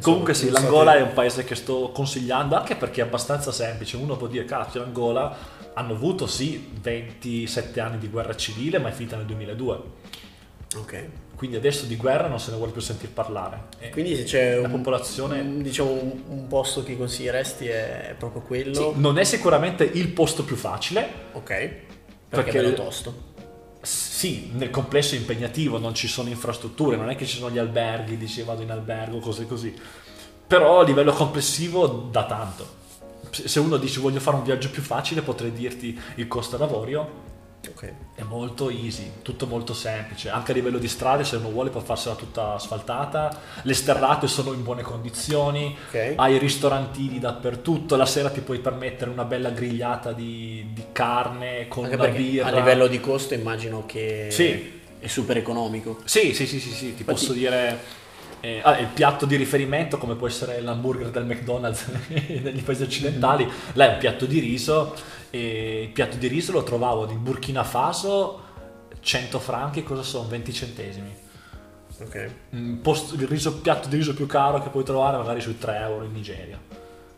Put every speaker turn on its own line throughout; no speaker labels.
Comunque sì, l'Angola è un paese che sto consigliando anche perché è abbastanza semplice. Uno può dire, cazzo, l'Angola hanno avuto sì 27 anni di guerra civile, ma è finita nel 2002.
Ok.
Quindi adesso di guerra non se ne vuole più sentir parlare. E
Quindi se c'è
la
un,
popolazione
un- diciamo, un, un posto che consiglieresti è proprio quello.
non è sicuramente il posto più facile.
Ok. Perché,
Perché-
è bello tosto.
Sì, nel complesso è impegnativo, non ci sono infrastrutture, non è che ci sono gli alberghi, dici vado in albergo, cose così. Però a livello complessivo da tanto. Se se uno dice voglio fare un viaggio più facile, potrei dirti il costo d'avorio
Ok.
è molto easy, tutto molto semplice. Anche a livello di strade, se uno vuole può farsela tutta asfaltata, le sterrate sono in buone condizioni,
Ok.
hai ristorantini dappertutto, la sera ti puoi permettere una bella grigliata di, di carne con
Anche
una
perché
birra.
a livello di costo immagino che
Sì.
è super economico.
Sì, sì, sì, sì, sì, ti posso dire. eh, ah, il piatto di riferimento, come può essere l'hamburger del McDonald's negli paesi occidentali, là è un piatto di riso. E il piatto di riso lo trovavo in Burkina Faso 100 franchi, cosa sono? 20 centesimi.
Ok.
Mm, post- il riso- piatto di riso più caro che puoi trovare, magari sui 3 euro in Nigeria.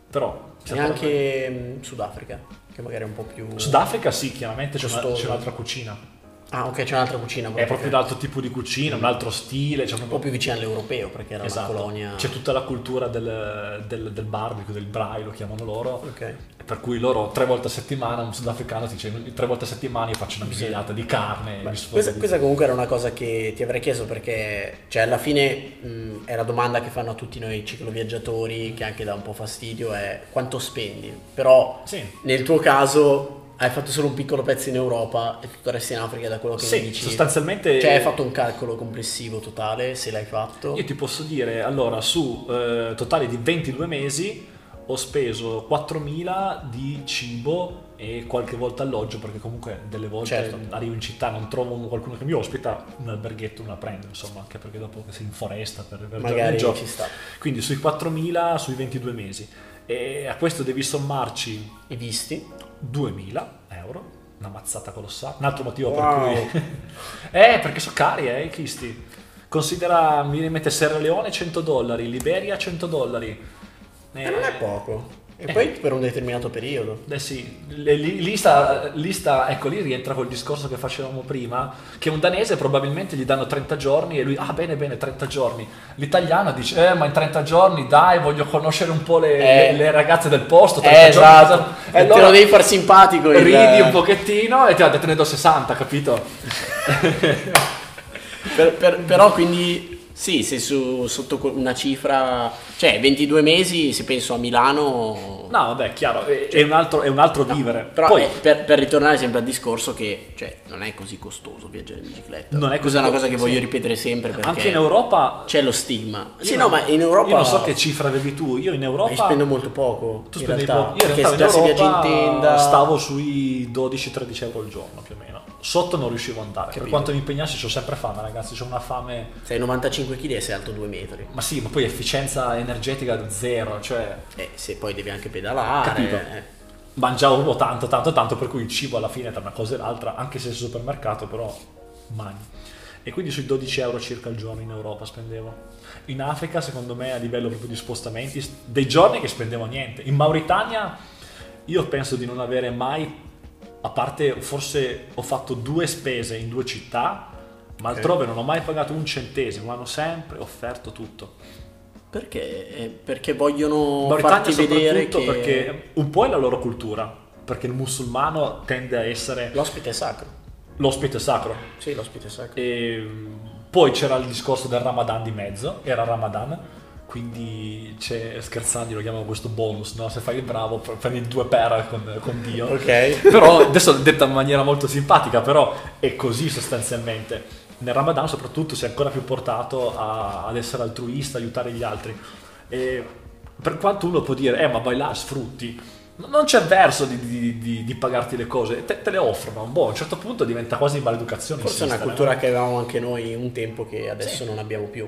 Però, certo,
E anche mh, Sudafrica, che magari è un po' più...
Sudafrica, sì, chiaramente c'è, una-
Costoso.
c'è un'altra cucina.
Ah, ok, c'è un'altra cucina.
È proprio un altro tipo di cucina, un altro stile. C'è
un
proprio
po' più vicina all'europeo, perché era
Esatto.
una colonia...
C'è tutta la cultura del, del, del barbecue, del braai, lo chiamano loro.
Ok.
Per cui loro tre volte a settimana, un sudafricano ti dice tre volte a settimana io faccio una grigliata di carne.
Beh,
mi sfogo
questa,
di-
questa comunque era una cosa che ti avrei chiesto perché, cioè, alla fine mh, è la domanda che fanno a tutti noi cicloviaggiatori, che anche dà un po' fastidio, è quanto spendi. Però
Sì.
nel tuo caso hai fatto solo un piccolo pezzo in Europa e tutto il resto in Africa da quello che
Sì,
mi dici.
sostanzialmente-
Cioè hai fatto un calcolo complessivo totale, se l'hai fatto.
Io ti posso dire, allora, su eh, totale di 22 mesi ho speso 4.000 di cibo e qualche volta alloggio, perché comunque delle volte
Certo.
arrivo in città, non trovo qualcuno che mi ospita, un alberghetto me la prendo, insomma, anche perché dopo sei in foresta per, per
Magari
giorni.
ci sta.
Quindi sui 4.000, sui 22 mesi. E a questo devi sommarci
I visti.
2.000 euro, una mazzata colossale. Un altro motivo
Wow.
per cui... eh, perché sono cari, eh, i cristi. Considera, mi viene in mente Sierra Leone 100 dollari, Liberia 100 dollari.
E Eh, non è poco. E
eh.
poi per un determinato periodo.
Eh sì, le- lì, lì sta, lì sta- ecco lì rientra quel discorso che facevamo prima, che un danese probabilmente gli danno 30 giorni e lui, ah bene bene, 30 giorni. L'italiano dice, eh ma in 30 giorni dai, voglio conoscere un po' le,
Eh.
le- le ragazze del posto. 30
Eh,
giorni,
esatto.
cosa-" E
Te
allora
lo devi far simpatico. il- Eh.
ridi un pochettino e ti ha te ne do 60, capito?
Per- per- però quindi sì, se su, sotto que- una cifra, cioè 22 mesi, se penso a Milano,
No, vabbè, chiaro, è, è un, altro, è un altro vivere.
però
Poi,
eh, per, per ritornare sempre al discorso che cioè, non è così costoso viaggiare in bicicletta.
Non è
Questa
così
una cosa che
costoso,
voglio
sì.
ripetere sempre perché
anche in Europa...
c'è lo stigma. Sì,
io
no,
non-
ma in Europa...
Io non so che cifra avevi tu, io in Europa...
Io spendo molto poco.
Tu
in
spendi
realtà,
poco. Io in
perché
realtà
già se
in
viaggi in
Europa
tenda...
stavo sui 12-13 euro al giorno più o meno. Sotto non riuscivo ad andare. Per
Capito.
quanto mi impegnassi, ho sempre fame, ragazzi. C'ho una fame.
Sei 95 kg e sei alto 2 metri.
Ma sì, ma poi efficienza energetica zero. Cioè,
E se poi devi anche pedalare...
Capito.
eh.
mangiavo tanto, tanto, tanto. Per cui il cibo alla fine tra una cosa e l'altra, anche se è supermercato, però mangi. E quindi sui 12 euro circa al giorno in Europa spendevo. In Africa, secondo me, a livello proprio di spostamenti, dei giorni che spendevo niente. In Mauritania, io penso di non avere mai a parte forse ho fatto due spese in due città, ma
Ok.
altrove non ho mai pagato un centesimo, hanno sempre offerto tutto.
Perché? Eh, Perché vogliono
Mauritania
farti vedere
soprattutto
che
perché un po' è la loro cultura, perché il musulmano tende a essere
l'ospite è sacro.
l'ospite sacro.
Sì, l'ospite è sacro.
E mm, poi c'era il discorso del Ramadan di mezzo, era Ramadan, quindi c'è, scherzando lo chiamano questo bonus, no? se fai il bravo pre- prendi due pera con, con Dio.
Ok.
però adesso l'ho detta in maniera molto simpatica, però è così sostanzialmente. Nel Ramadan soprattutto si è ancora più portato a- ad essere altruista, aiutare gli altri. E per quanto uno può dire, eh ma vai là, sfrutti, n- non c'è verso di, di- di- di pagarti le cose, te, te le offrono. Boh, a un certo punto diventa quasi maleducazione.
Forse è una
insistere, no?
cultura che avevamo anche noi un tempo che adesso non abbiamo più.